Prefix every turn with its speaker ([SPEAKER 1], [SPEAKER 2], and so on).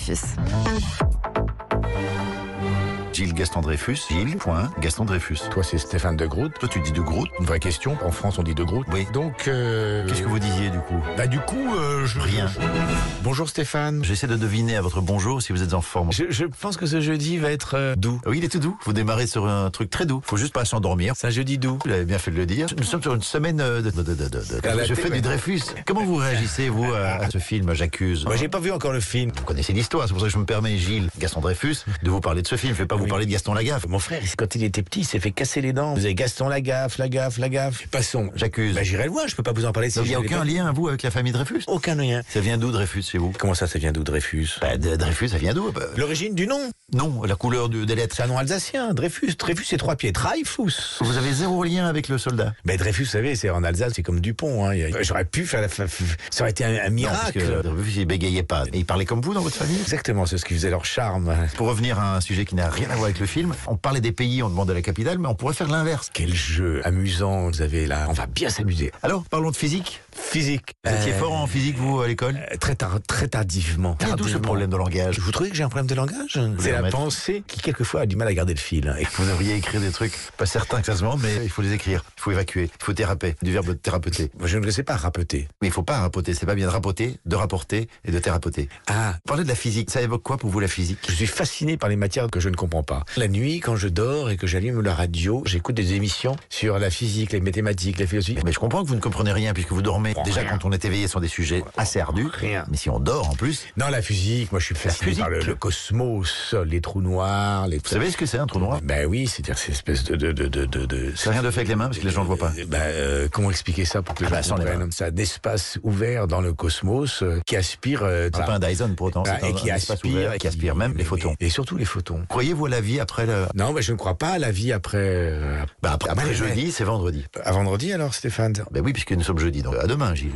[SPEAKER 1] Dreyfus.
[SPEAKER 2] Gilles Gaston Dreyfus, Gilles, point, Gaston Dreyfus.
[SPEAKER 3] Toi, c'est Stéphane de Groot.
[SPEAKER 2] Toi, tu dis de Groot
[SPEAKER 3] Une vraie question. En France, on dit de Groot.
[SPEAKER 2] Oui.
[SPEAKER 3] Donc, euh,
[SPEAKER 2] Qu'est-ce que vous disiez du coup
[SPEAKER 3] bah, du coup, euh, je...
[SPEAKER 2] Rien.
[SPEAKER 3] Bonjour Stéphane.
[SPEAKER 2] J'essaie de deviner à votre bonjour si vous êtes en forme. Ah
[SPEAKER 4] Je, je pense que ce jeudi va être euh, doux.
[SPEAKER 2] Oui, il est tout doux. Vous démarrez sur un truc très doux. Faut juste pas s'endormir.
[SPEAKER 4] C'est un jeudi doux.
[SPEAKER 2] Vous l'avez bien fait de le dire. Nous sommes sur une semaine euh, de... de- de- de- de- de-
[SPEAKER 3] la
[SPEAKER 2] Je fais
[SPEAKER 3] télé.
[SPEAKER 2] du Dreyfus. Comment vous réagissez, vous, à à ce film J'accuse
[SPEAKER 4] Moi, j'ai pas vu encore le film.
[SPEAKER 2] Vous connaissez l'histoire, c'est pour ça que je me permets, Gilles, Gaston Dreyfus, de vous parler de ce film. Je vais pas vous
[SPEAKER 4] Oui.
[SPEAKER 2] parler de Gaston Lagaffe.
[SPEAKER 4] Mon frère, quand il était petit, il s'est fait casser les dents. Vous avez Gaston Lagaffe, Lagaffe, Lagaffe. Passons.
[SPEAKER 2] J'accuse.
[SPEAKER 4] Bah, j'irai loin, je peux pas vous en parler si
[SPEAKER 2] Donc, il n'y a
[SPEAKER 4] je l'ai
[SPEAKER 2] aucun
[SPEAKER 4] pas-
[SPEAKER 2] lien, vous, avec la famille Dreyfus
[SPEAKER 4] Aucun lien.
[SPEAKER 2] Ça vient d'où, Dreyfus, chez vous
[SPEAKER 4] Comment ça, ça vient d'où Dreyfus
[SPEAKER 2] Bah, de- Dreyfus, ça vient d'où Bah,
[SPEAKER 4] L'origine du nom
[SPEAKER 2] Non, la couleur du- des lettres.
[SPEAKER 4] C'est un nom alsacien, Dreyfus. Dreyfus, c'est trois pieds. Dreyfus.
[SPEAKER 2] Vous avez zéro lien avec le soldat.
[SPEAKER 4] Mais Dreyfus, vous savez, c'est en Alsace, c'est comme Dupont. hein. Il y a- J'aurais pu faire la... fa- Ça aurait été un, un
[SPEAKER 2] Non, parce
[SPEAKER 4] miracle.
[SPEAKER 2] que euh, Dreyfus, il bégayait pas. Et il parlait comme vous dans votre famille
[SPEAKER 4] Exactement, c'est ce qui faisait leur charme.
[SPEAKER 2] Pour revenir à un sujet qui n'a rien à voir avec le film, on parlait des pays, on demandait la capitale, mais on pourrait faire l'inverse.
[SPEAKER 4] Quel jeu amusant vous avez là. On va bien s'amuser.
[SPEAKER 2] Alors, parlons de physique.
[SPEAKER 4] Physique.
[SPEAKER 2] Vous étiez
[SPEAKER 4] Euh,
[SPEAKER 2] fort en physique, vous, à l'école
[SPEAKER 4] Euh, très, tar- très tardivement.
[SPEAKER 2] C'est d'où ce
[SPEAKER 4] Tardivement.
[SPEAKER 2] problème de langage
[SPEAKER 4] Vous trouvez que j'ai un problème de langage hein, C'est la
[SPEAKER 2] remettre.
[SPEAKER 4] pensée qui, quelquefois, a du mal à garder le fil. hein. Et
[SPEAKER 2] Vous devriez écrire des trucs, pas certain que ça se vende, mais il faut les écrire. Il faut évacuer, il faut théraper, du verbe thérapeuter.
[SPEAKER 4] moi, je ne le sais pas rapeter.
[SPEAKER 2] Mais il faut pas rapoter, c'est pas bien de rapoter, de rapporter et de thérapoter.
[SPEAKER 4] Ah
[SPEAKER 2] Parlez de la physique, ça évoque quoi pour vous la physique
[SPEAKER 4] je suis fasciné par les matières que je ne comprends pas. La nuit, quand je dors et que j'allume la radio, j'écoute des émissions sur la physique, les mathématiques, la philosophie.
[SPEAKER 2] mais je comprends que vous ne comprenez rien puisque vous dormez.
[SPEAKER 4] Bon,
[SPEAKER 2] Déjà,
[SPEAKER 4] rien.
[SPEAKER 2] quand on est éveillé sur des sujets assez ardus,
[SPEAKER 4] Rien.
[SPEAKER 2] mais si on dort en plus,
[SPEAKER 4] Non, la physique, moi je suis fasciné
[SPEAKER 2] physique.
[SPEAKER 4] par le, le cosmos, les trous noirs, les...
[SPEAKER 2] vous savez ce que c'est un trou noir
[SPEAKER 4] Ben oui, c'est-à-dire ces espèces de... de, de, de, de- de-
[SPEAKER 2] Ça n'a rien de fait avec les mains parce que les gens ne le voient pas.
[SPEAKER 4] Euh, bah, euh, comment expliquer ça pour que les
[SPEAKER 2] Ah bah,
[SPEAKER 4] gens
[SPEAKER 2] sans les
[SPEAKER 4] comprennent C'est un espace ouvert dans le cosmos euh, qui aspire... euh,
[SPEAKER 2] C'est
[SPEAKER 4] voilà.
[SPEAKER 2] pas un Dyson pour autant,
[SPEAKER 4] Ah,
[SPEAKER 2] bah, c'est un,
[SPEAKER 4] et qui
[SPEAKER 2] un espace ouvert
[SPEAKER 4] aspire,
[SPEAKER 2] et qui aspire même les photons.
[SPEAKER 4] Et surtout les photons.
[SPEAKER 2] Croyez-vous à la vie après le...
[SPEAKER 4] Non, mais je ne crois pas à la vie après. euh,
[SPEAKER 2] Bah après,
[SPEAKER 4] Ah, bah,
[SPEAKER 2] après jeudi, c'est vendredi.
[SPEAKER 4] À vendredi alors, Stéphane.
[SPEAKER 2] Ben oui, puisque nous sommes jeudi, donc à demain, Gilles.